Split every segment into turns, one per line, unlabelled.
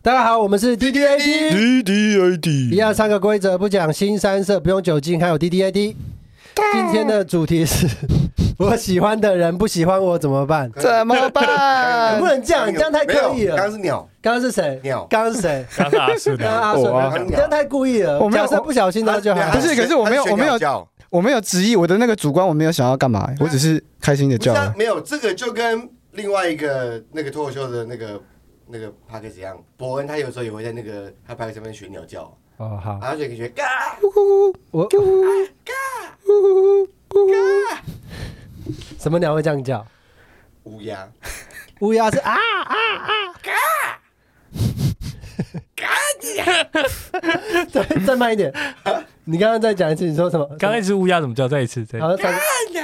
大家好，我们是 D D A D，
D D A
一
D，
样三个规则，不讲新三色，不用酒精，还有 D D A D。今天的主题是 我喜欢的人不喜欢我怎么办？
怎么 办？
不能这样，这样太刻意
呃没有
了。
刚刚是鸟，
刚刚是谁？
鸟
刚刚是谁？
刚刚阿顺
刚刚阿顺，
我啊
刚刚这样太故意了。
我没有
假设不小心的话就还好
不是可是我没有
他学
我没有
鸟叫
我没有质疑我的那个主观，我没有想要干嘛，欸我只是开心的
不是
叫。
啊没有这个就跟另外一个那个脱口秀的那个那个 p a r k 一样，伯恩他有时候也会在那个他 p a r k 上面学鸟叫，
哦，好，
然后学一个学嘎，
我什么鸟会这样叫？
乌鸦，
乌鸦是啊啊 啊！嘎嘎你！再慢一点。你刚刚再讲一次，你说什么？
刚刚那只乌鸦怎么叫？再一次，再一
好
次，
像三个，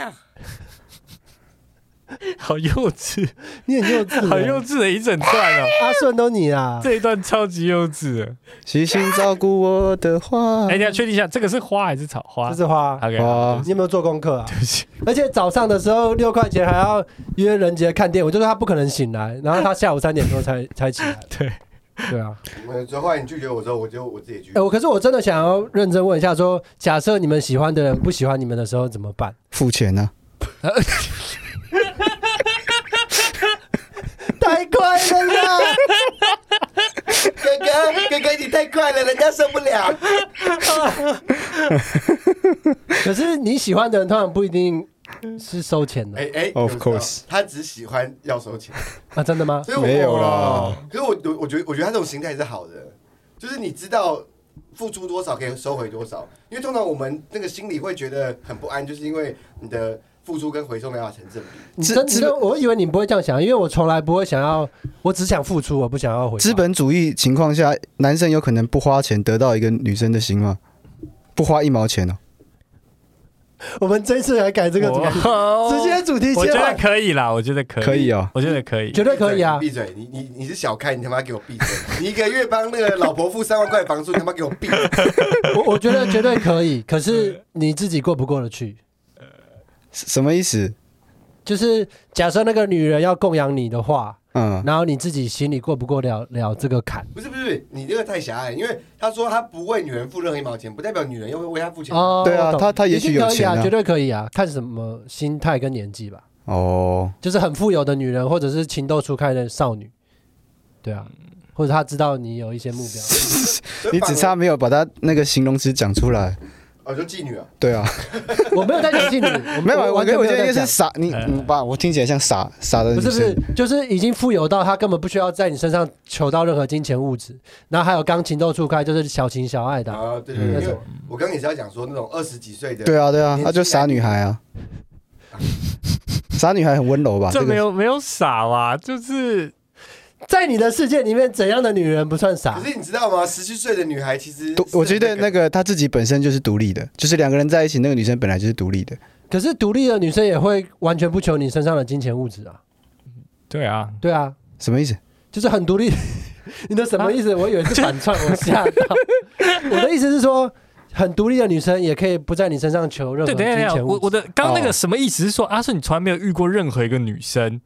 好幼稚，
你很幼稚欸，
好幼稚的一整段哦，
阿顺都你啊！
这一段超级幼稚的。
细心照顾我的话
哎，，你要确定一下，这个是花还是草花
这是花，
？OK，
哇
你有没有做功课啊？
哦 对不起，
而且早上的时候六块钱还要约人杰看电影，我就说他不可能醒来，然后他下午三点多 才才起来。
对，
对啊，
我说后来你拒绝我之后，我就我自己拒
哎、
绝。
我可是我真的想要认真问一下说假设你们喜欢的人不喜欢你们的时候怎么办？
付钱啊呢？
太快了啦！
哥哥哥哥你太快了，人家受不了。
可是你喜欢的人通常不一定是收钱的、
哎哎
Of
有时候
course
他只喜欢要收钱，
啊，真的吗？
所以我
没有啦。
可是我我我觉得我觉得他这种心态是好的，就是你知道付出多少可以收回多少，因为通常我们那个心里会觉得很不安，就是因为你的付出跟回收没办法成正比。
你
资
真你
资
真，我以为你不会这样想，因为我从来不会想要，我只想付出，我不想要回报
资本主义情况下，男生有可能不花钱得到一个女生的心吗？不花一毛钱哦，
我们这一次来改这个主题，
我
直接主题
我
切
觉得
换，
可以啦，我觉得可以，
可以哦，
我觉得可以。
绝对可以啊！
闭嘴！你你你是小开，你他妈给我闭嘴！你一个月帮那个老婆付三万块房租，你他妈给我闭嘴！
我我觉得绝对可以，可是你自己过不过得去？
什什么意思？
就是假设那个女人要供养你的话，
嗯，
然后你自己心里过不过了了这个坎？
不是不是，你这个太狭隘，因为他说他不为女人付任何一毛钱，不代表女人又会为他付钱。
哦
对啊
我懂
她她也许有
一定可以
钱
啊，
啊
绝对可以啊，看什么心态跟年纪吧。
哦，
就是很富有的女人，或者是情窦初开的少女，对啊，或者她知道你有一些目标，
所以
你
反
只
而
差没有把他那个形容词讲出来。
哦，就妓女啊，
对啊，
我没有在讲妓女，我
没有，啊我
完
觉
全
得
没有
我觉得应
在
该是
讲。
傻，你
呃
你把我听起来像傻傻的女
不是
生。
不是，就是已经富有到她根本不需要在你身上求到任何金钱物质，然后还有刚情窦初开，就是小情小爱的啊、
啊，对对对，
嗯
因为我刚刚也是要讲说那种二十几岁的，
对啊对啊
年，纪
她就傻女孩啊， 傻女孩很温柔吧？
这
这
没
个
有没有傻啦，就是
在你的世界里面，怎样的女人不算傻
可？是你知道吗？十七岁的女孩其实
独，
是
我觉得那
个
个她自己本身就是独立的，就是两个人在一起，那个女生本来就是独立的。
可是独立的女生也会完全不求你身上的金钱物质啊，
对啊，
对啊，
什么意思？
就是很独立。 你的什么意思？我以为是反串，我吓
啊
到。我的意思是说，很独立的女生也可以不在你身上求任何金
对，等一下等一下，
钱物
我
质。
我的刚刚那个
哦
什么意思是说，阿顺你从来没有遇过任何一个女生，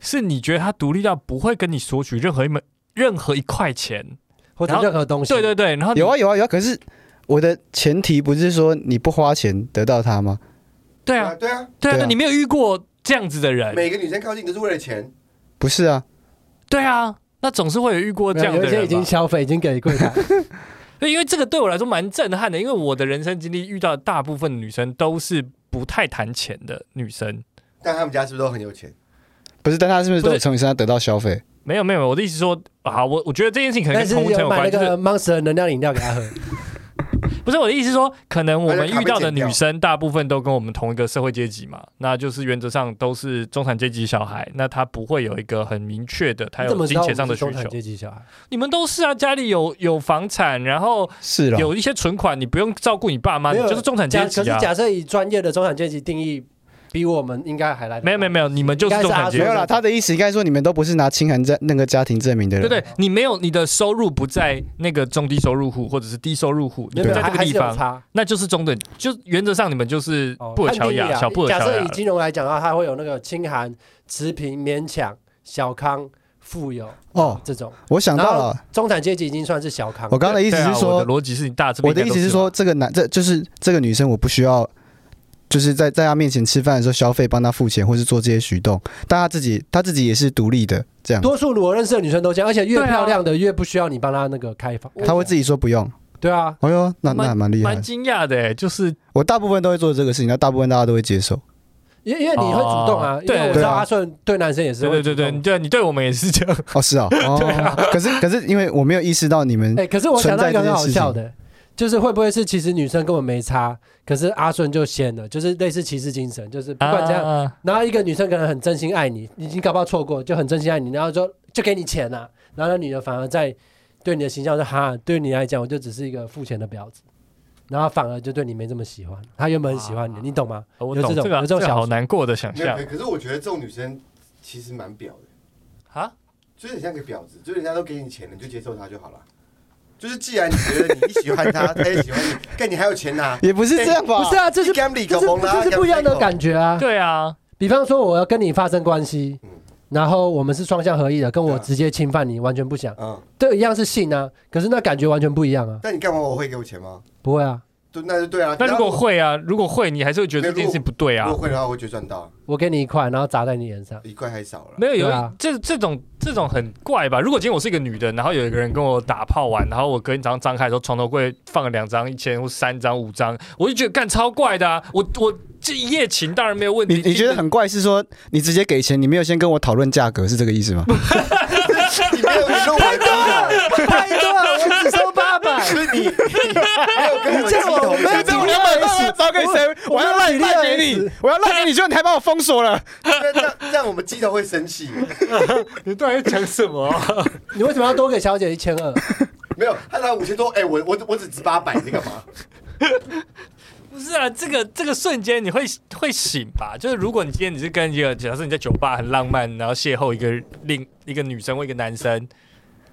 是你觉得她独立到不会跟你索取任何一门任何一块钱，
或者
然后
任何东西。
对对对，然后你
有啊有啊有啊，可是我的前提不是说你不花钱得到她吗？
对
对
啊
啊对啊，
对啊，
对啊
那哎你没有遇过这样子的人，
每个女生靠近都是为了钱，
不是啊，
对啊，那总是会有遇过
没
这
有，
样的
有一些已
人
经
吧。
消费，已经给 柜台。
对，因为这个对我来说蛮震撼的，因为我的人生经历遇到的大部分女生都是不太谈钱的女生。
但他们家是不是都很有钱？
不是，但她是不是
不
都
是
有从你身上得到消费？
没有没有，我的意思说，好，我我觉得这件事情可
但
能跟
是
同层
有
有
买那
关，就是
个 Monster 能量饮料给他喝。
不是我的意思是说，可能我们遇到的女生大部分都跟我们同一个社会阶级嘛，那就是原则上都是中产阶级小孩，那她不会有一个很明确的，她
你怎
有
么知
金
道我
钱
们
上的
是
需
中产
求。
阶级小孩？
你们都是啊，家里有有房产，然后
是啦，
有一些存款，你不用照顾你爸妈，
没
你
有
就是中产
假
阶
可
级
是
啊。
假设以专业的中产阶级定义，比我们应该还来得
没有没有没有，你们就是中产
应
阶级
没
该是。
有啦，她啊的意思应该说你们都不是拿清寒在那个家庭证明的
对
人。
对，你没有你的收入不在那个中低收入户或者是低收入户，你
没有
不
没有
在
还
这个
还
地
是有
方，
差。
那就是中等，就原则上你们就是
哦
布尔
按
乔
定义
亚、
啊
小布尔
假
乔
设
亚
以。金融来讲的话，它会有那个清寒、持平、勉强、小康、富有
哦，
这种。
我想到了，，
中产阶级已经算是小康。
我刚刚的意思
对啊
是说
我的，逻辑是你大致
我的意思是，说，这个男，这就是这个女生，我不需要，就是在在她面前吃饭的时候消费，帮她付钱，或是做这些举动，但她自己，她自己也是独立的，这样，
多数我认识的女生都这样，而且越
对啊
漂亮的越不需要你帮她那个开房。
她会自己说不用。
对啊，
哎呦，那那还蛮厉害
蛮
的。
惊讶的、欸，就是
我大部分都会做这个事情，那大部分大家都会接受。
因为因为你会主动啊
哦，
因为我知
对
道
啊
阿顺对男生也是
对
会
对
主
对
动
对，你对你对我们也是这样，
哦，是 啊，哦，可是可是因为我没有意识到你们
哎、可是我想到一个很好
存在这件事情
笑的，就是会不会是其实女生根本没差，可是阿顺就先了，就是类似骑士精神，就是不管怎样，
啊
然后一个女生可能很真心爱你，你已经搞不好错过，就很真心爱你，然后就就给你钱了、然后那女的反而在对你的形象说哈，对你来讲我就只是一个付钱的婊子，然后反而就对你没这么喜欢，她原本很喜欢你，
啊
你懂吗？
我
有
懂
这种
这个
有这种
啊，这个
小
好
说
难过的想
没有，
象
没有可是我觉得这种女生其实蛮婊的，
啊，
就是很像个婊子，就是人家都给你钱了，你就接受她就好了。就是既然你觉得你喜欢她，她也喜欢你，但你还有钱拿，
哎也不是这样吧？
不是啊，这是
你干你
这
搞
是
崩啦
这是不一样的感觉啊。
对啊，
比方说我要跟你发生关系
嗯，
然后我们是双向合意的，跟我
对啊
直接侵犯你完全不想。
嗯，
对，一样是性啊，可是那感觉完全不一样啊，
但你干嘛我会给我钱吗？
不会啊，
就那就对啊。
那如果
然后
会啊，如果会，你还是会觉得这件事情不对啊
如果。会的话，我会觉得赚到
我给你一块，然后砸在你脸上，
一块还少了。
没有有一、
对啊
这这种这种很怪吧？如果今天我是一个女的，然后有一个人跟我打炮完，然后我隔天早上张开的时候，床头柜放了两张一千或三张五张，我就觉得干超怪的啊！我我这一夜情当然没有问题，
你你觉得很怪是说你直接给钱，你没有先跟我讨论价格，是这个意 思吗？
你没有你弄完工了，
太多了，我只收八百，
所以你你没有跟我鸡头
我没有
一样
我要把我
发给谁？
我要赖赖给你，
我要赖 给你，就你还把我封锁了。
这样这样我们鸡头会生气。
你到底在讲什么、
你为什么要多给小姐一千二？
没有，他拿五千多，哎，我我我只值八百，你干嘛？
不是啊，这个这个瞬间你会会醒吧？就是如果你今天你是跟一个，假设你在酒吧很浪漫，然后邂逅一个另一个女生或一个男生，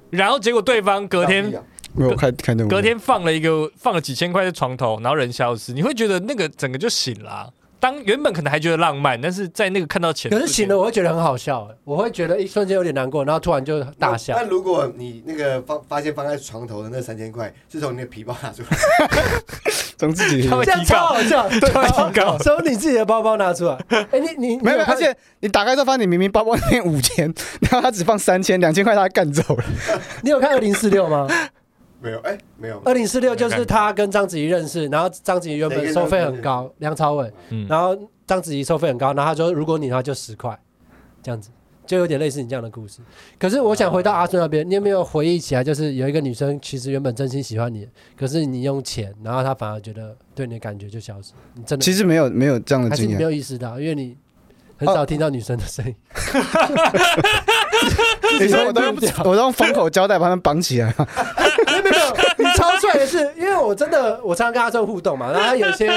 然后结果对方隔天
这样
没有我看看这个
隔天放了一个放了几千块在床头，然后人消失，你会觉得那个整个就醒了啊、当原本可能还觉得浪漫，但是在那个看到钱，
可是醒了，我会觉得很好笑、欸，我会觉得一瞬间有点难过，然后突然就大笑
哦那。那如果你那个发发现放在床头的那三千块是从你的皮包拿出来，
从自己
他们
这样超好笑，对
突然提高
收你自己的包包拿出来。哎，你你你
没有，
看
而且你打开之后发现你明明包包里面五千， 然后他只放三千，两千块他干走了。
你有看二零四六吗？
没有，哎，没有，
二零四六就是他跟章子怡认识，然后章子怡原本收费很高，梁朝伟，
嗯
然后章子怡收费很高，然后他说如果你的话就十块，这样子就有点类似你这样的故事。可是我想回到阿顺那边，你有没有回忆起来？就是有一个女生其实原本真心喜欢你，可是你用钱，然后她反而觉得对你的感觉就消失，你真的
其实没有没有这样的
还是
经
你没有
验，
意识到，因为你很少听到女生的声音。
你说我都用
自己用不
我都用封口胶带把他们绑起来，
没有没有没有，你超帅的是，因为我真的我常常跟阿正互动 嘛，然后他有些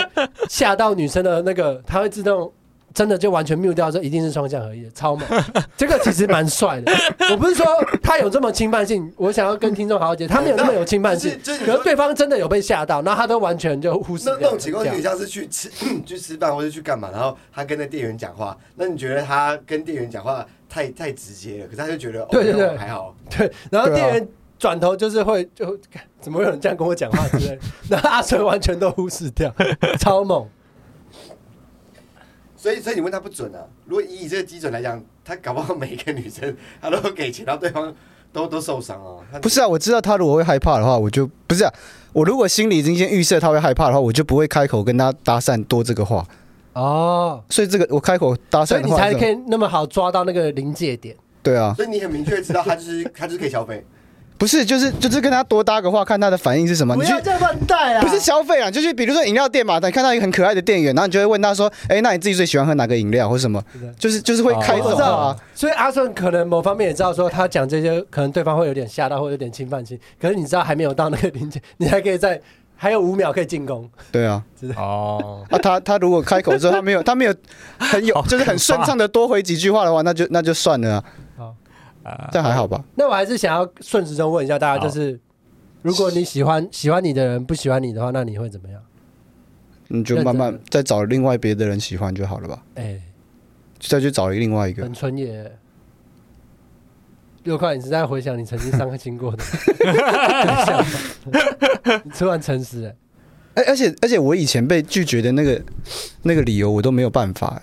吓到女生的那个，他会自动真的就完全 mute 掉，说一定是双向合一的，超 猛。这个其实蛮帅的，我不是说他有这么侵犯性，我想要跟听众好好解，他没有那么有侵犯性
就是就是，你
可
说
是对方真的有被吓到，然后他都完全就忽视
那
掉。
那种情况
这
有
样
点像是去吃去吃饭或者去干嘛，然后他跟那店员讲话，那你觉得他跟店员讲话太太直接了，可是他就觉得哦
对对
没有
对
还好，
对，然后
对啊
店员转头就是会就干怎么会有人这样跟我讲话之类 的，然后阿成完全都忽视 掉，超猛。
所以所以你问他不准啊。如果以你这个基准来讲，他搞不好每一个女生他都给钱，然后对方 都都受伤哦。他
不是啊，我知道他如果会害怕的话，我就不是啊。我如果心里已经先预设他会害怕的话，我就不会开口跟他搭讪多这个话。
哦，
所以这个我开口搭
所
讪
以
的
你
话
才
是，
可以那么好抓到那个临界点。
对啊，
所以你很明确知道他就是 他就是可以消费，
不是就是就是跟他多搭个话，看他的反应是什么。你
不
去
要再乱带啊！
不是消费啊，就是比如说饮料店嘛，你看到一个很可爱的店员，然后你就会问他说：“哎、那你自己最喜欢喝哪个饮料或什么
是的？”
就是就是会开
我
这
知
种
道
话啊
啊。，所以阿顺可能某方面也知道说他讲这些，可能对方会有点吓到，或有点侵犯性。可是你知道还没有到那个临界， 你还可以在还有五秒可以进攻。
对啊，
哦，
啊他他如果开口之后他没有他没有 很有就是很顺畅的多回几句话的话，那就那就算了
好
啊。这样还好吧？
那我还是想要顺时钟问一下大家，
好
就是如果你喜欢喜欢你的人不喜欢你的话，那你会怎么样？
你就慢慢再找另外别的人喜欢就好了吧？
哎、
再去找另外一个
很，纯也，六块，你是在回想你曾经伤心过的 想法，你突然诚实了，
而而且而且我以前被拒绝的那个那个理由我都没有办法、欸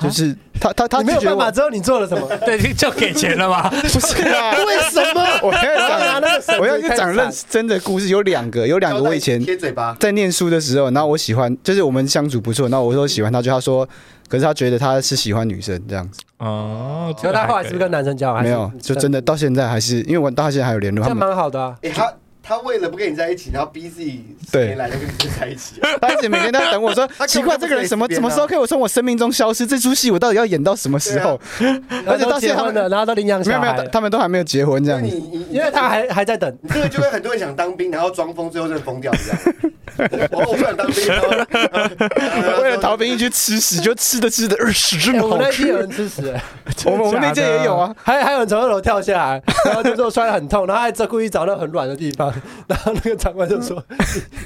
就是他他他
你没
拒
有
绝
办法
我，
之后你做了什 么？
对，就给钱了嘛。
不是啊，
为什么？
我要讲
那个绳子
我要讲
太
认真的故事，有两个有两个啊我以前
贴嘴巴，
在念书的时候，然后我喜欢，就是我们相处不错，然后我说喜欢他，就他说，可是他觉得他是喜欢女生这样子，
哦，
然后他后来是不是跟男生交往？
没有
还，是
就真的到现在还是，因为我到现在还有联络，
这
他
样
们
蛮好的啊。
哎，他他为了不跟你在一起，然后逼自己十
对
年来都跟你在一起，啊
他一直每天都在等我说，
他根本
奇怪，
就
这
不
个人什么
在
什么时候可以从我生命中消失？这出戏我到底要演到什么时候？ 而
而且
且到
到
现
结
在
婚了，然后都领养
没有
小
没
孩
有，
了，
他们都还没有结 婚这
因为
样
你
子。
你
因为他还还在等。
你这个就会很多人想当兵，然后装疯，最后真的疯掉 一样。哦，我不想当兵，然后
为了逃兵一去吃屎，就吃着吃着，呃，屎 真
哎
的
我们
好
那一
吃
天。有人吃屎，哎
我们我们那届也有啊，
还 还有人从二楼跳下来，然后就说摔得很痛，然后还故意找那很软的地方， 然后那个长官就 说：“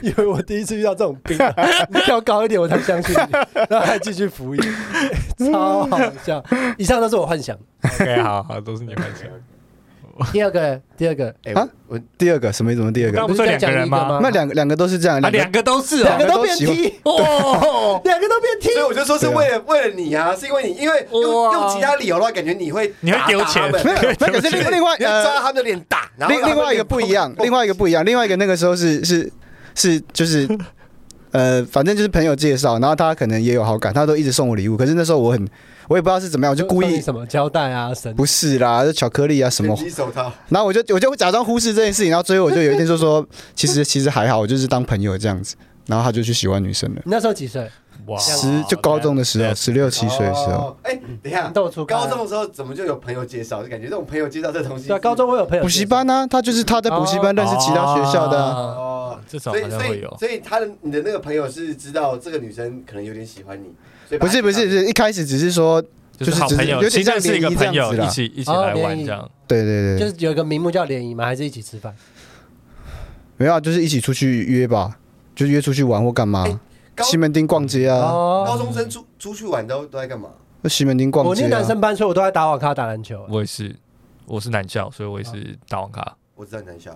以为我第一次遇到这种病啊， 你跳高一点我才相信你。” 然后还继续服役， 超好笑。以上都是我幻想。
OK，好好，都是你们讲。
第二个，第二个，
哎
啊
我
第二个什么意思？什么第二
那
个？
不是
我在讲
两个人
一个
吗
吗？
那两个两个都是这样，
啊，
两个
两个都是
两
哦。
个都变 T，
哦，
两个都变 T。
所以我就说是为了为了你啊，是因为你因为用
哇
用其他理由的话，感觉你会
你会
打
丢
打他
钱
们
没有，那可是另另外
你要抓
呃，
他们的脸哦打，然后
另另外一个不一样，另外一个不一样，另外一个那个时候是是是就是。呃，反正就是朋友介绍，然后他可能也有好感，他都一直送我礼物。可是那时候我很，我也不知道是怎么样，我就故
送你
意
什么胶带啊、绳
不是啦，就巧克力啊什么
拳，击手套，
然后我就我就假装忽视这件事情，然后最后我就有一天就说，其实其实还好，我就是当朋友这样子。然后他就去喜欢女生了，
你那时候几岁？
哇
十就高中的时候，十六七岁的时候，
哦。哎，等一下
你，都有出啊
高中的时候怎么就有朋友介绍？就感觉这种朋友介绍这东西，
对啊，高中我有朋友
补习班呢、他就是他在补习班认识其他学校的啊、
哦
哦，
这种
所以
好像
所
会
以
有。
所以他的你的那个朋友是知道这个女生可能有点喜欢你，所以把
不
她
是不是，
介
不
绍
是一开始只是说，
就是好朋友，
就是
其
只是有点像
实是一个朋
联谊这样
友，
子啦
一起一起来玩这样。
对对对，
就是有一个名目叫联谊嘛，还是一起吃饭？
没有、啊，就是一起出去约吧，就是约出去玩或干嘛
哎，高
西门町逛街啊，
哦，
高中生出出去玩都都在干嘛？
就西门町逛
我
街
念男
啊。
生班，所以我都在打网咖、打篮球啊。
我也是，我是男校，所以我也是打网咖。
我知道你在笑，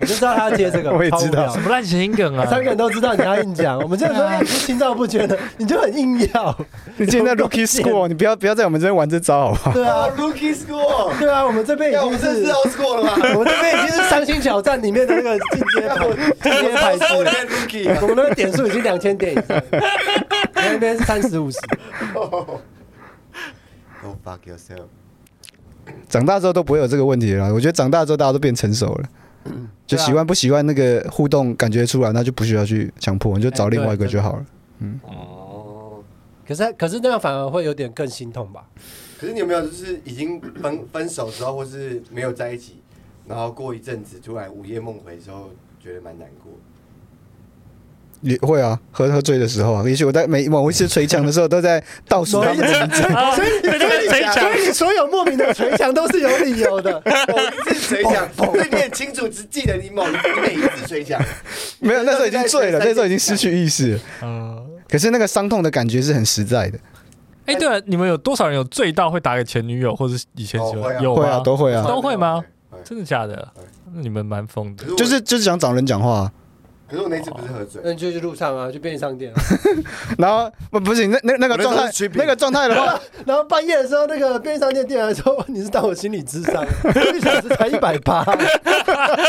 我就知道他要接这个，
我也知道
超无
什
聊。
么烂情梗啊！
哎三个人都知道你要硬 讲，我们这时候也是心照不宣的，你就很硬 要。
你今天 在 Rookie School，你不要不要在我们这边玩这招好不 好？
对
哦
啊，
，Rookie School，
对啊，我们这边已
要我
经
们这是
是，
要 School 了吗？
我们这边已经是伤心挑战里面的那个进阶牌，进阶牌
我
子
我
了。
变 Rookie 了
我们那个点数已经两千点以上了，我们那边是三十五十。
，Go fuck yourself。
长大之后都不会有这个问题了啦。我觉得长大之后大家都变成熟了，
嗯
就喜欢不喜欢那个互动感觉出来，那就不需要去强迫，你就
哎
找另外一个就好了。
哦，
可是可是那样反而会有点更心痛吧？
可是你有没有就是已经分分手之后，或是没有在一起，然后过一阵子突然午夜梦回之后，觉得蛮难 过？
也会啊，喝喝醉的时候啊，也许我在每某一次捶墙的时候都在倒数他 们的名字。
啊，所以这个谁讲？
所以你所有莫名的捶墙都是有理由的。
我一次捶墙，所以你很清楚，只记得你某一你每一次捶墙。
没有，那时候已经醉了，那时候已经失去意识了。可是那个伤痛的感觉是很实在的，
哎，对了，你们有多少人有醉到会打给前女友或者是以前喜
哦会
欢？
啊
有
会啊，
吗？
都会啊，
都会吗
会？会
真的假的？那你们蛮疯的
可。我
就是就是想找人讲话啊、
可是我那次不是喝 醉，
那你就去路上啊，去便利商店啊、
然后不不是你那那那个
我那
状
时候
态
是吃，饼
那个状态的话，
然后半夜的时候，那个便利商店店员说：“你是当我心理智商？一小时才一百八，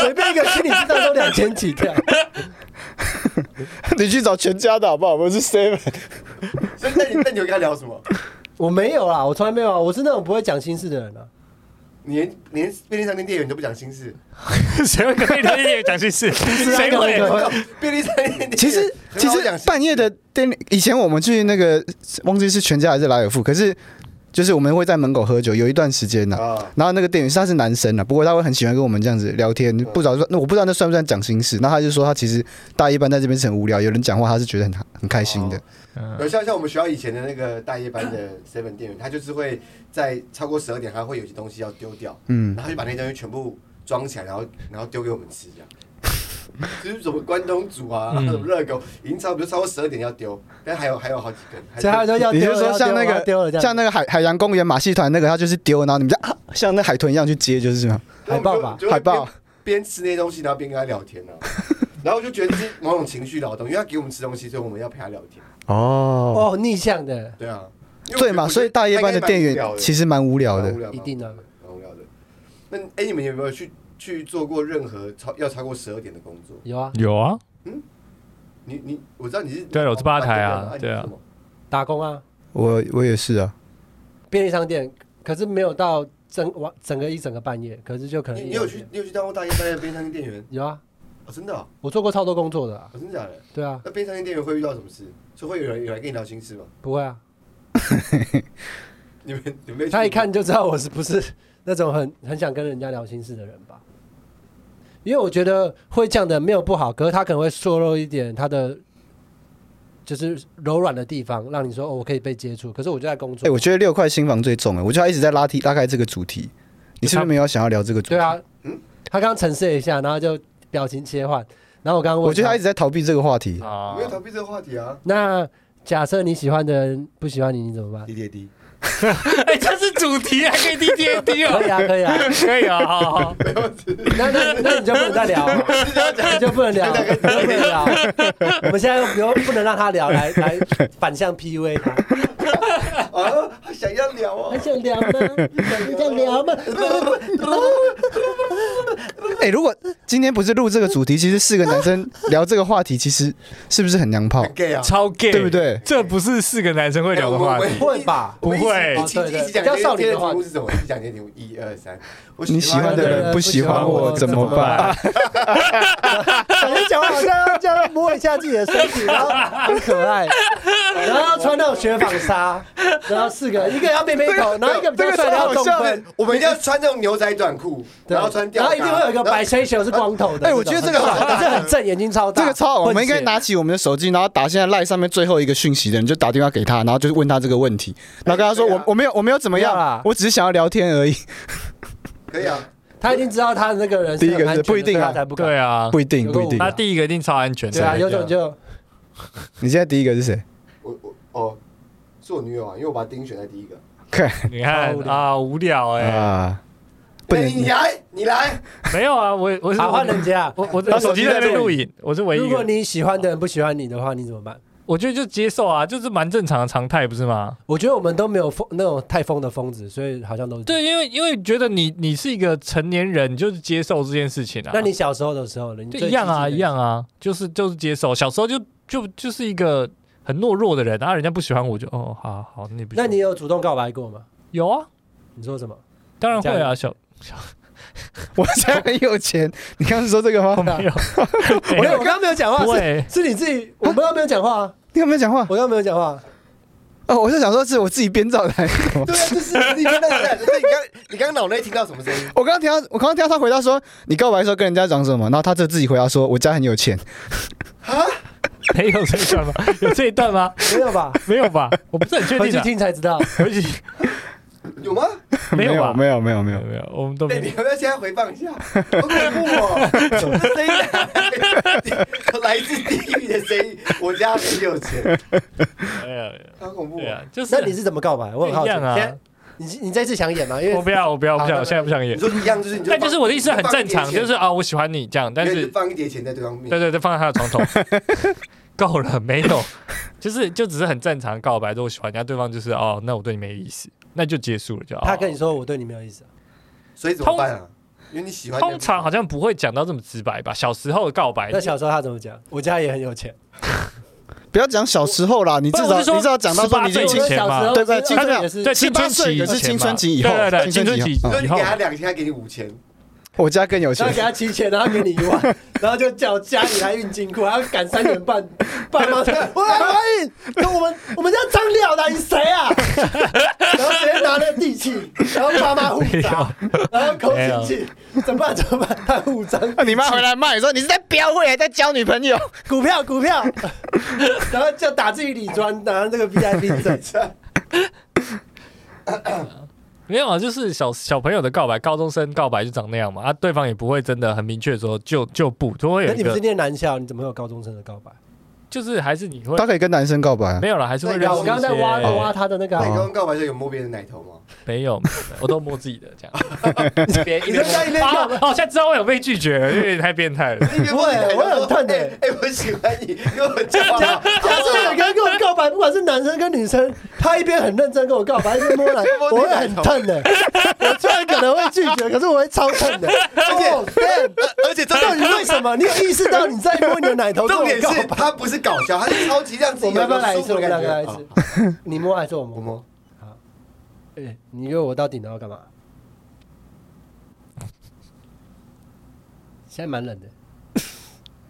随便一个心理智商都两千起跳。
你去找全家的好不好？我是 seven，
所以那你那你有跟他聊什么？”
我没有啦，我从来没有啊，我是那种不会讲心事的人啊。
你连连便利商店店员都不讲心事，
谁会跟那天也讲心事？
啊
谁
各位各
会
位？
便利商店店员
其实
很
其
少
实
讲心事
半夜的店里，以前我们去那个忘记是全家还是莱尔富，可是就是我们会在门口喝酒，有一段时间呢、
啊，
然后那个店员是他是男生啊，不过他会很喜欢跟我们这样子聊天，不知道那我不知道那算不算讲心事。那他就说他其实大夜班在这边是很无聊，有人讲话他是觉得很很开心
哦
的。
嗯
有像像我们学校以前的那个大夜班 的 seven 店员，他就是会在超过十二点，他会有些东西要丢掉，
嗯
然后他就把那些东西全部装起来，然后然后丢给我们吃这样。 就是什么关东煮啊，
嗯
什么热狗，已经差不多超过十二点要丢，但还有还有好几根，还
所以他
有
说要
你
丢
是
了，
说
要
像
丢了
那个
要丢了这
像
样，
那个海海洋公园马戏团那个，他就是丢，然后你们就、啊、像那海豚一样去接，就是这样。
海报吧
就
海报，
边吃那些东西，然后边跟他聊天呢、啊，然后就觉得是某种情绪劳动，因为他给我们吃东西，所以我们要陪他聊天，
哦，
哦，逆向的，
对啊，因为
对嘛，
我觉得
所以大夜班的店
他应该蛮无聊
员
的
其实蛮无聊的
蛮无。聊
一定啊的，
蛮无聊的。那哎、你们有没有去去做过任何超要超过十二点的工作？
有啊，
有啊，
你你我知道你是
对我是吧台啊
你是
对啊
什么
打工啊，
我我也是啊，
便利商店，可是没有到整晚整个一整个半夜，可是就可
你
能啊
你有去你有去当过大夜班的便利商店店员？
有啊，
哦，真的、哦，
我做过超多工作的啊，
哦，真的假的？
对啊，
那便利商店店员会遇到什么事？是会有人有人跟你聊心事吗？
不会啊，
你们你们没去
他一看就知道我是不是那种很很想跟人家聊心事的人吧。因为我觉得会这样的没有不好，可是他可能会削弱一点他的就是柔软的地方，让你说哦，我可以被接触。可是我就在工
哎、
作，
我觉得六块新房最重哎、我觉得他一直在拉提拉开这个主题。你是不是没有想要聊这个主题？
对啊
嗯，
他刚刚沉思了一下，然后就表情切换，然后我刚刚问，
我觉得他一直在逃避这个话题。
啊
没有逃避这个话题啊？
那假设你喜欢的人不喜欢你，你怎么办？
滴滴滴，
哎，这是主题，还可以 D D A D
可以
哦，
啊，可以啊，
可以啊，好好，
那那那你就不能再聊， 你就不能聊，你就不能聊。我们现在又不不能让他聊，来来反向 PUA 他，
啊，他想要聊哦
还，想聊吗？你想聊吗？
哎、如果今天不是录这个主题，其实四个男生聊这个话题，其实是不是很娘炮
很？gay 啊，
超 gay，
对不对
这不是四个男生会聊的话
我
题
们。
不会吧
我们一起
不会
一起
哦对对
一起讲今
比较少
天
女
的
的话
题目是什么？一起讲今天的题目，一二三，我
你喜欢的人不喜欢我怎么办？
讲着讲话好像要这样摸一下自己的身体，然后很可爱，然后穿那种雪纺纱，然后四个，一个要妹妹头，然后一个比较帅的要中分，
我们一定要穿那种牛仔短裤，
对
然后穿吊
然
带，
后一定会有一个白
然后。
吹球是光头的。
哎我觉得这个
很
好
帅这很正，眼睛超大，
这个超好，我们应该
混血
拿起我们的手机，然后打现在赖上面最后一个讯息的人，就打电话给他，然后就问他这个问题，然后跟他说
对
我
啊
我没有我没有怎么
不要
样
啦，
我只是想要聊天而已，
可以啊，
他一定知道他的那个人
第一个是
很安全的
不一定啊
所以他才不敢。
对啊，
不一定不一定
有个
他
我。
第一个一定超安全
对啊，
的。
有种就
你现在第一个是谁？
我我哦，是我女友啊，因为我把丁选在第一个。
看
你看啊，无聊哎，
啊， 不
哎
能
你来，你来，
没有啊，我我是
好换人家。
我我我手机在那边录影，啊我是唯一
如
一
果
个。
你喜欢的人不喜欢你的话，你怎么办？
我觉得就接受啊，就是蛮正常的常态，不是吗？
我觉得我们都没有疯那种太疯的疯子，所以好像都是。
对，因为因为觉得你你是一个成年人，你就是接受这件事情啊。
那你小时候的时候呢？你
就
最
一样啊，
积极的
一。样啊，就是就是接受。小时候就就就是一个很懦弱的人，啊然后人家不喜欢我就哦，好好，你不喜
那
欢
你有主动告白过吗？
有啊？
你说什么？
当然会
这
啊，
样
小
我现在很有钱，你刚刚是说这个
我
吗？
没有，
我
没有
我刚刚没有讲
哎不
话，是
会，
是你自己，我们刚刚没有讲话啊，
你有没有讲话？
我刚刚没有讲话。
哦，我是想说是我自己编造的 还是什么。
对啊，就是你刚才，就是你刚你刚脑内听到什么声音？
我刚刚听到，我刚刚听到他回答说，你告白的时候跟人家讲什么？然后他就自己回答说，我家很有钱。
没有这一段吗？有这一段吗？
没有吧？
没有吧？我不是很确
回去
定啊。
听才知道。
回去
有吗？
没有吧？啊
没有，没有，没
没
有
有，。没有，我们都
哎、
没
你
有。
要不要现在回放一下？好恐怖哦！什么声音、啊？ 来自地狱的声音。我家很有钱，
没有没有
好恐怖、
哎对
哦！
啊，就是
那你是怎么告白？我很好
一
奇。
样啊
现在你你这次想演吗？因
我
为
不要，我不要，我不想，
好
我现在不想演
你。说一样，就是你就
但就是我的意思很
放
正常，就是啊，我喜欢你这样，但
你
是
就放一叠钱在对方面
对。对对，放在他的床头。 够了，没有，就是就只是很正常告白，说我喜欢你，然后对方就是哦，那我对你没意思，那就结束了，就。哦
他跟你说我对你没有意
哦
思啊，
所以怎么办啊？因为你喜欢的
通常好像不会讲到这么直白吧？小时候的告白，
那小时候他怎么讲？我家也很有钱。
不要讲小时候啦，你至
不是
少
我
你
是说
至少讲到说你已经
18
青
我
岁
小时候
对对青春
也是
对
18
青春期
岁
以前
可
吧，
是青春期以后
对对对，青
青春
春
期哦
期
哦
就
以
是你
后
给，他两千，他给你五千，
我家更有
然
钱
后。给他七千，然后给你一万，然后就叫家里来运金库，还要赶三点半，爸妈说：“我来运，我们我们家张廖的，你谁啊？” 然后直接拿着地契，然后爸妈互 砸，
哎
然后口亲气，怎么办？怎么办？他互张，
啊你妈回来骂你说你是在标会，还在交女朋友？
股票股票， 然后 就打自己理专，拿这个 VIP 证。
没有啊，就是小小朋友的告白，高中生告白就长那样嘛，啊，对方也不会真的很明确说就就不，就会
那
有
你
一
们是
个，
念男校，你怎么会有高中生的告白？
就是还是你会
他可以跟男生告白啊，
没有了，还是会
那
认
你
识
刚
一
我
些。
刚刚在挖
哦
挖他的那个
那
啊
你刚刚告白的时候有摸别人的奶头 吗？
没有，没有我都摸自己的这样。别
你在家里面干嘛
啊！好像知道我有被拒绝了，因为你太变态 了。
一边摸你奶头
不会我很痛的
哎哎，我喜欢你，跟我交 往好不
他是
好
每个人跟我告白，不管是男生跟女生，他一边很认真跟我告白，一边摸来，我会很疼的。我虽然可能会拒绝，可是我会超疼的。而且，damn，
而且重
到底
点
为什么？你有意识到你在摸你的奶头跟
重
我
点
告
是
白？
他不是搞笑，他是超级让自
我
己
们
有
要不要来
一种
一
舒
次？
服
我
的
们
感
两
觉哦
个来一
好
次。你摸还是我摸？
我摸。
哎你约我到顶楼要干嘛？ 现在蛮冷的。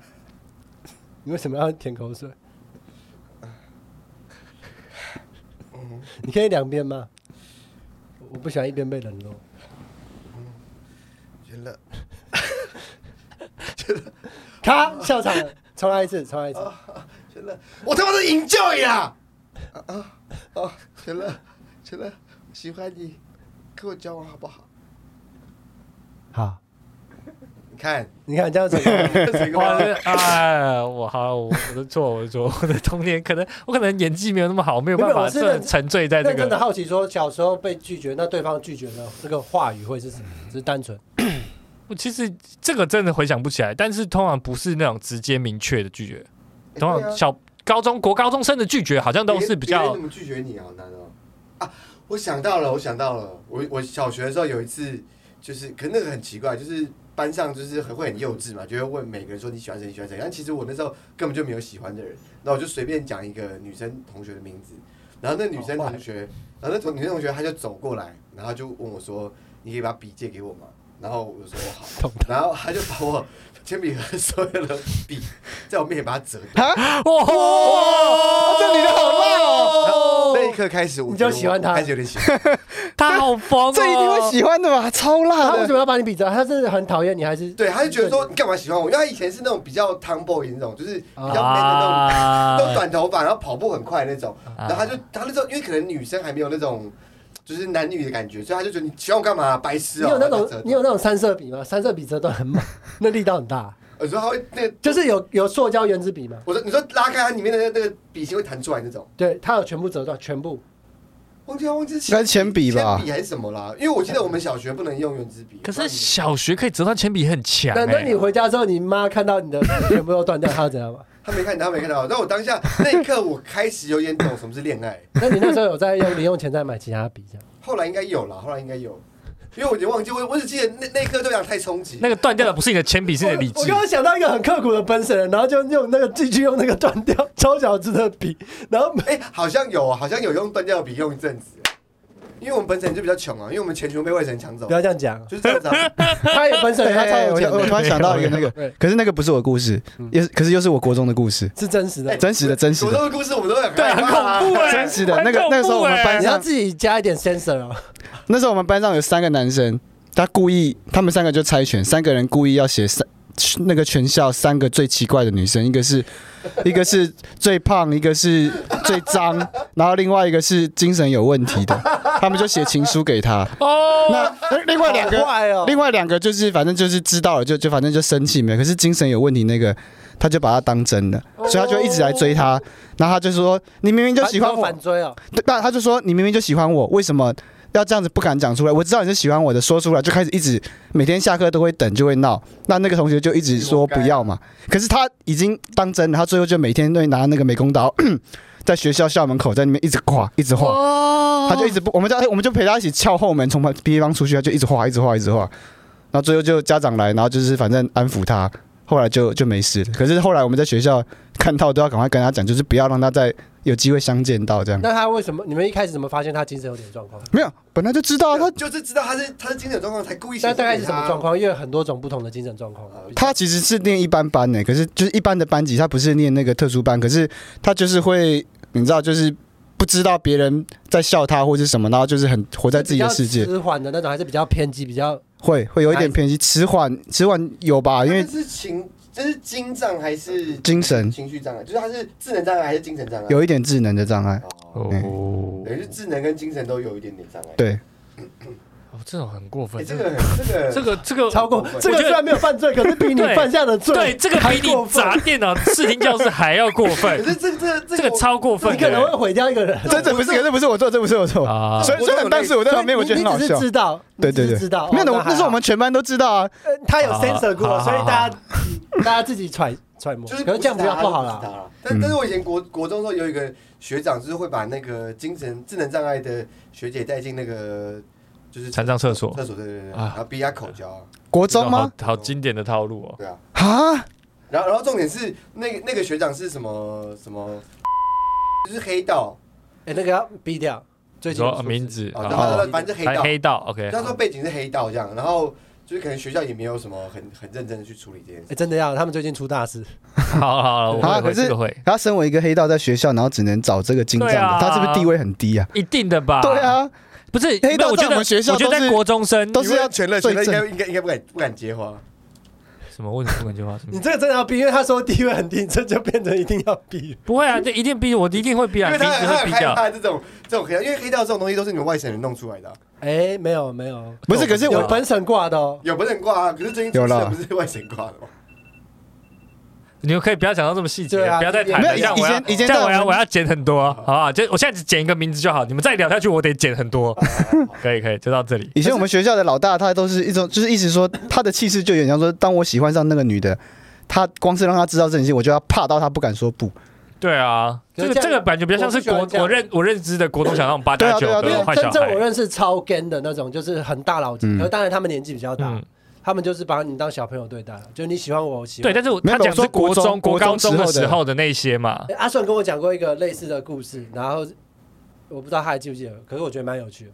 你为什么要舔口水？你可以两边吗？我我不喜欢一边被冷落。
觉得
咔，笑场了，重来一次，重来一次。
觉得我他妈是 enjoy 啦！啊啊啊！觉得觉得喜欢你，跟我交往好不好？
好，
你看，
你看这样子，
谁跟
哇，
我
这哎，我好，我我的错，我的错，我的童年可能我可能演技没有那么好，没有办
没有
法
我是
真的
认
沉醉在这
认真的
个。
好奇说，小时候被拒绝，那对方拒绝的这个话语会是什么？只是单纯。
我其实这个真的回想不起来，但是通常不是那种直接明确的拒绝，通常
对啊
小高中国高中生的拒绝好像都是比
别人
较
怎么拒绝你啊？好难哦！啊，我想到了，我想到了，我我小学的时候有一次，就是可那个很奇怪，就是班上就是很会很幼稚嘛，就会问每个人说你喜欢谁，你喜欢谁。但其实我那时候根本就没有喜欢的人，那我就随便讲一个女生同学的名字，然后那女
哦
生同学，然后那女生同学她就走过来，然后就问我说：“你可以把笔借给我吗？”然后我就说好，然后她就把我铅笔盒所有的笔在我面前把它折断。
哦哇，
这女的好
烂哦
那一刻开始，我
你就
觉得我
喜欢她
开始有点 喜欢。
他好疯哦，
这一定会喜欢的吧？超辣
他为什
的，
么要把你比着？他真的很讨厌你，还是
对，他就觉得说你干嘛喜欢我？因为他以前是那种比较 tomboy 那种，就是比较 man 的那种，
啊
都短头发，然后跑步很快那种。
啊
然后他就他那时候，因为可能女生还没有那种就是男女的感觉，所以他就觉得你喜欢我干嘛？白痴
你
哦、
有那
然后他
种
折
你有那种三色笔吗？三色笔折断很 猛，那力道很大，
我说他会那个，
就是有有塑胶原子笔嘛，
我说你说拉开它里面的那个那个笔芯会弹出来那种，
对，它有全部折断，全部
忘记了忘记
应该是铅笔吧
铅笔还是什么啦？因为我记得我们小学不能用圆珠笔。
可
不
是
然你
小学可以折断铅笔很强、欸，
那那
啊
你回家之后，你妈看到你的 全部都断掉，她要怎样 嘛？
他没看到，他没看到。但我当下那一刻，我开始有点懂什么是恋爱。
那你那时候有在用零用钱再买其他笔这样？
后来应该有啦，后来应该有，因为我已经忘记，我我只记得那那一刻对我太冲击。
那个断掉的不是你的铅笔，是你的理
我
智
我。刚刚想到一个很刻苦的本省人，然后就用那个继续用那个断掉超小只的笔， 然 后
哎、好像有啊，好像有用断掉笔用一阵子，因为我们本省就比较穷啊，因为我们钱全部被外省人抢走
不，要这样讲，
就是这样子、啊。
他也本省人，他超
哎
有
我
钱
我
的，
突然想到一个那个
对，
可是那个不是我的故事，也是可是又是我国中的故事，
是真实的
哎。
真实的真实
所
的。
有的故事我们都很
对，
害
很
怕啊
恐怖哎、
真实的
很
那个
恐怖
那个时候我们
欸
班
你
上
要自己加一点 sensor 哦，
那时候我们班上有三个男生，他故意，他们三个就猜拳，三个人故意要写三那个全校三个最奇怪的女生，一个是 一个是最胖，一个是最脏， 然后另外一个是精神有问题的，他们就写情书给他。
哦，
那那另外两
好
个，
坏哦，
另外两个就是反正就是知道了就就反正就生气没，可是精神有问题那个。他就把他当真了，所以他就一直来追他，然后他就说：“你明明就喜欢我，
反追哦，
对，那他就说你明明就喜欢我，为什么要这样子不敢讲出来？我知道你是喜欢我的，说出来就开始一直每天下课都会等，就会闹。那那个同学就一直说不要嘛，可是他已经当真了，他最后就每天都会拿那个美工刀， 在学校校门口在那边一直画，一直画。
哦
他就一直不，我们就哎我们就陪他一起撬后门，从旁别方出去，他就一直画，一直画，一直画。然后最后就家长来，然后就是反正安抚他，后来就就没事了。可是后来我们在学校看到都要赶快跟他讲，就是不要让他再有机会相见到这样。
那他为什么？你们一开始怎么发现他精神有点状况？
没有，本来就知道啊他
就是知道他是他是精神有状况才故意写。
那大概是什么状？况？因为有很多种不同的精神状况。
啊
他其实是念一般班呢，可是就是一般的班级，他不是念那个特殊班，可是他就是会，你知道，就是不知道别人在笑他或是什么，然后就是很活在自己的世
是
界
比，较迟缓的那种，还是比较偏激，比较
会会有一点偏激，迟缓迟缓有啊吧，因为
这是情，这是精障还是
精神
情绪障碍？就是他是智能障碍还是精神障碍？
有一点智能的障碍，
哦，
哦，
嗯
等于是智能跟精神都有一点点障碍。
对，
哦，这种很过
哎，
分，
这个很这个
这个这个
超过
我
这个
我觉得
虽然没有犯罪，可是比你
对
犯下的罪
对这个
还
比
过
你
分
砸电脑视听教室还要过
可
分，
是这个 这
这个
我
超过分
你可能会
的
毁掉一个人。
这这不是，这不是我做，这不是我做。
啊！
所以
我
虽然当时我在旁边，我觉得很好
你只
笑
是。知道，
对对
你只
对，
是知道。
没有，
哦
那那是我们啊全班都知道啊。
还好呃他有
好
sensor 过，
好好
所以大家大家自己揣揣摩。
就是
可是这样
不
比
是啊
较
他
不好
就
啦。
是他了。但
嗯
但是我以前国国中的时候有一个学长，就是会把那个精神智能障碍的学姐带进那个就是
残障厕所，
厕所，对对对，
啊
然后逼她口交啊，
国中吗？
好好经典的套路哦。
对啊。
啊，
然后然后重点是那个那个学长是什么什么，就是黑道，
哎，那个要逼掉，最
你
近
说名字
哦
啊
然后
哦
他反正是黑
还
道，
黑道，OK，
他说背景是黑道这样，然后就是可能学校也没有什么很很认真的去处理这件事。
哎，真的要，他们最近出大事。
好好好，我
啊
会
可
会
是
这个会
他身为一个黑道，在学校，然后只能找这个进账
对啊
的，他是不是地位很低啊？
一定的吧？
对，啊，
不是
道
没有我觉
在我
得
们学校
我觉得
都是
在国中生
都是要
全乐
最
全乐应该
正
应该应该不敢不敢接话，
什么问什么感觉话什么
你这个真的要逼，因为他说地位很低，这就变成一定要逼。
不会啊，这一定逼我，一定会逼
因
啊，
为
一
他
定
很
会
他很
逼
害
掉。
怕这种这种黑道，因为黑道这种东西都是你们外省人弄出来的啊。
哎，没有没有，
不是，可是
有
我
本省挂的哦。
有本省挂啊，可是最近
有啦
不是外省挂的吗？
你们可以不要讲到这么细节
对，啊
不要再谈
没
了。
有
这样
以
我要
前以前
这样
在
我要
我
我
们
要剪很多，好不好？就我现在只剪一个名字就好，你们再聊下去，我得剪很多。可以可以，就到这里。
以前我们学校的老大，他都是一种就是一直说他的气势就有点像说，当我喜欢上那个女的，他光是让他知道这件事，我就要怕到他不敢说不。
对啊，
可是
这个
这样
这个感觉比较像是
我
国
不喜欢这样
我认我认知的国中小那种八加九
对啊
因
对
的
为
坏
真
小
正我
孩。
认识超 gay 的那种，就是很大老级，
嗯
可是当然他们年纪比较大
嗯，，
他们就是把你当小朋友对待，就你喜欢我，我喜欢
对，
你。
但是我
没有
他讲
我
是
说国
国中、
中
国高中的
国中之后的
时候的那些嘛。
欸阿顺跟我讲过一个类似的故事，然后我不知道他还记不记得，可是我觉得蛮有趣的。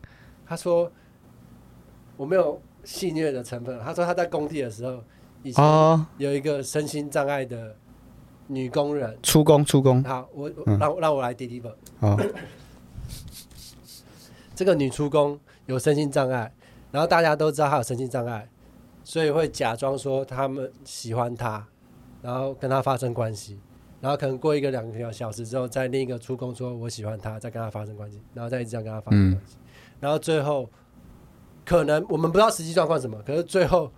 他说我没有戏虐的成分，他说他在工地的时候，以前
哦，
有一个身心障碍的女工人。
出工出工
好，我我
嗯
让我让我来 deliver。
哦，
这个女出工有身心障碍，然后大家都知道她有身心障碍，所以会假装说他们喜欢她，然后跟她发生关系，然后可能过一个两个小时之后，再另一个出工说我喜欢她，再跟她发生关系，然后再一直这样跟她发生关系，然后最后可能我们不知道实际状况是什么，可是最后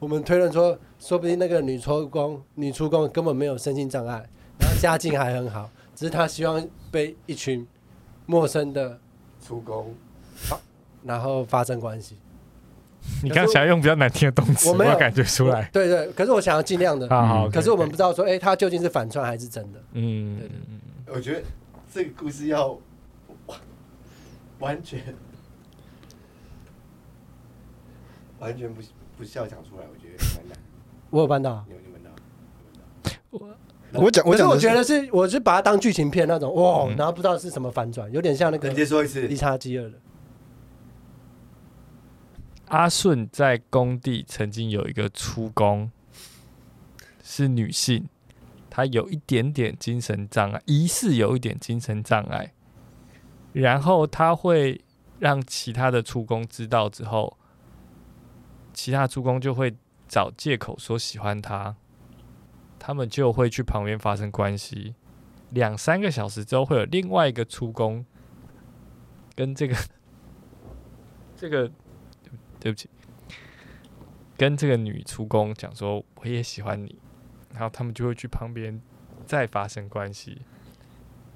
我们推论说，说不定那个女出工女出工根本没有身心障碍，然后家境还很好，只是她希望被一群陌生的。
出工，
然后发生关系。
你刚刚想要用比较难听的动词，
我没有
有感觉出来。
对对，可是我想要尽量的。
啊，好，
可是我们不
不，
知道说，哎，他究竟是反串还是真的？
嗯
对对
我觉得这个故事要完全完全不不笑讲出来，我觉得蛮难。
我有办到。
你们你们呢？
我讲我
可是
讲
我
的
觉
是
得是，我是把它当剧情片那种，哇，
嗯
然后不知道是什么反转，有点像那个
你再说一次
理，查基尔的。
阿顺在工地曾经有一个出工，是女性，她有一点点精神障碍，疑似有一点精神障碍。然后她会让其他的出工知道之后，其他出工就会找借口说喜欢她，他们就会去旁边发生关系。两三个小时之后，会有另外一个出工跟这个 这个对不起，跟这个女出工讲说我也喜欢你，然后他们就会去旁边再发生关系。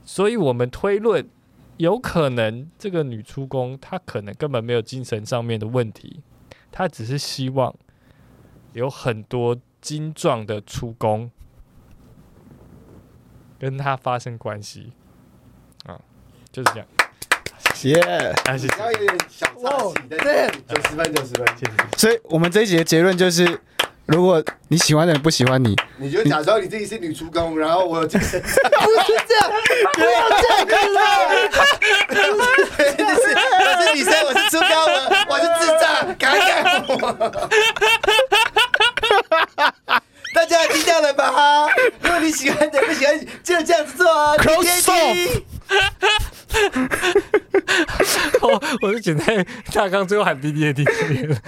所以我们推论，有可能这个女出工她可能根本没有精神上面的问题，她只是希望有很多精壮的出工跟她发生关系啊，就是这样。
耶，
啊，谢谢
你要有点小岔气，但是九十分九十分，
谢谢。
所以我们这一集的结论就是，如果你喜欢的人不喜欢你，
你就假装你自己是女出工，然后我有精神，
不是这样，不要这个 啦！
你是我是女生，我是出工，我我是智障，敢敢我。大家听到了吧？哈，如果你喜欢的不喜欢，就这样子做啊。天
Cross
天听
我 我是剪在大纲最后喊 B B A D 这边，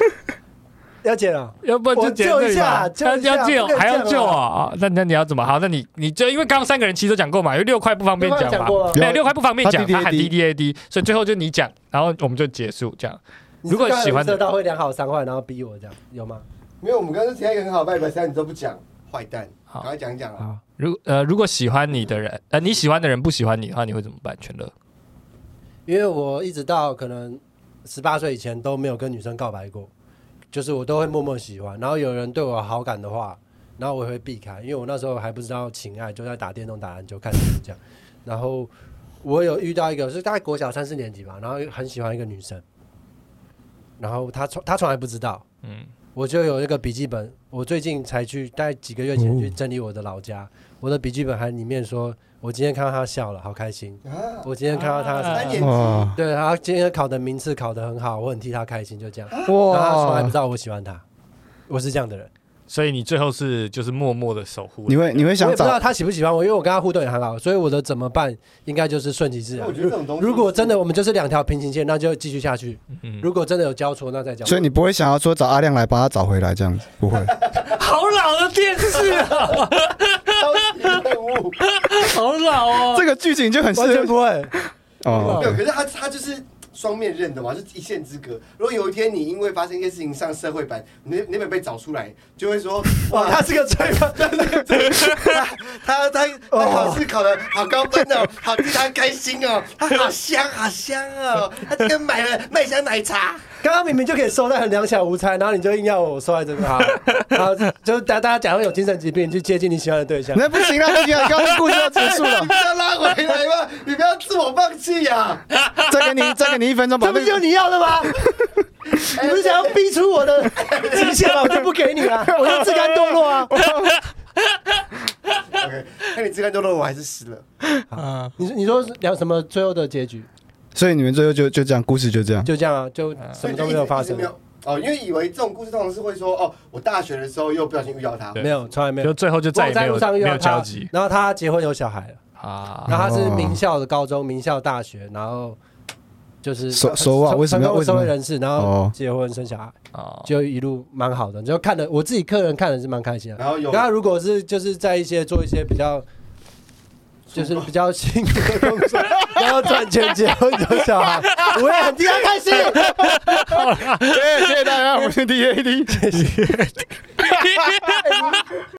要剪了，
要不然就
我
剪
救
这
一
里
下
吧
救
要
一下
要救
不可以
还要
这样
救
啊
啊？啊那那你要怎么好？那你你就因为刚刚三个人其实都讲过嘛，因为六块不方便
六块
讲
讲
嘛
过了，
没有六块不方便
他
讲，他喊 D
DDAD
D A D，所以最后就你讲，然后我们就结束这样。
你
如果
是刚才
喜欢
有预测
的
到会两好三坏，然后逼我这样，有吗？
没有，我们刚刚提到一个很好的拜拜三，你都不讲，坏蛋，
好
赶快讲一讲啊！
啊，如呃，如果喜欢你的人，呃，你喜欢的人不喜欢你的话，你会怎么办？全乐，
因为我一直到可能十八岁以前都没有跟女生告白过，就是我都会默默喜欢。然后有人对我有好感的话，然后我也会避开，因为我那时候还不知道情爱，就在打电动、打篮球、看书这样。然后我有遇到一个是大概国小三四年级吧，然后很喜欢一个女生，然后她从她从来不知道，
嗯，
我就有一个笔记本，我最近才去，大概几个月前去整理我的老家，我的笔记本还里面说，我今天看到她笑了，好开心。
啊，
我今天看到她、
啊
三年级，
哇
对，他今天考的名次考得很好，我很替他开心，就这样。然后他从来不
哇
知！道我喜欢他，我是这样的人。
所以你最后是就是默默的守护
你。会你
我
会
也
想
不知道
找
他喜不喜欢我，因为我跟他互动也很好，所以我的怎么办应该就是顺其自
那
然
我。觉得这种东西，
如果真的我们就是两条平行线，那就继续下去。
嗯，
如果真的有交错，那再交错。
所以你不会想要说找阿亮来把他找回来这样子，不会。
好老的电视啊，
超级任务，
好老哦。
这个剧情就很适
完全
合
不会，
没有，
哦。
可是他他就是双面刃的嘛，就是一线之隔。如果有一天你因为发生一些事情上社会版，你那你本被找出来，就会说
哇，他是个吹风，
他他他考试考的好高分哦，好替他开心哦，他好香好香哦，他今天买了麦香奶茶。
刚刚明明就可以收在很两小无猜，然后你就硬要我收在这边，好，好，就是大大家假如有精神疾病去接近你喜欢的对象，
那不行啊，不行啊！刚刚故事要结束了
你，不要拉回来嘛！你不要自我放弃呀、
再给你再给你一分钟，把
这不
这
就
个
你要的 吗？你不是想要逼出我的 极限吗？我就不给你 了，我就自甘堕落啊！
OK，那你这个多多我还是死了。
嗯，
你你说聊什么最后的结局？
所以你们最后就就这样，故事就这样。
就这样啊，就什
所以
么都
就一
没
直
有发生
一直没，有哦，因为以为这种故事通常是会说哦，我大学的时候又不小心遇到他，
对
没有，从来没
就
有。
最后就再
我
也没
在
有
路上
没
遇到
有交
他
集，
然后他结婚有小孩了，
啊。
然后他是名校的高中、名校大学，然后就是
手手腕为什么要
成功
为什
社
么
会人士，然后
哦
结婚生小孩，
哦
就一路蛮好的，就看的我自己个人看的是蛮开心的。
然后有
然后如果是就是在一些做一些比较，就是比较辛苦的工作，然后赚钱结婚有小 孩，我也很替他开心。
对，谢谢大家，我是 D A D。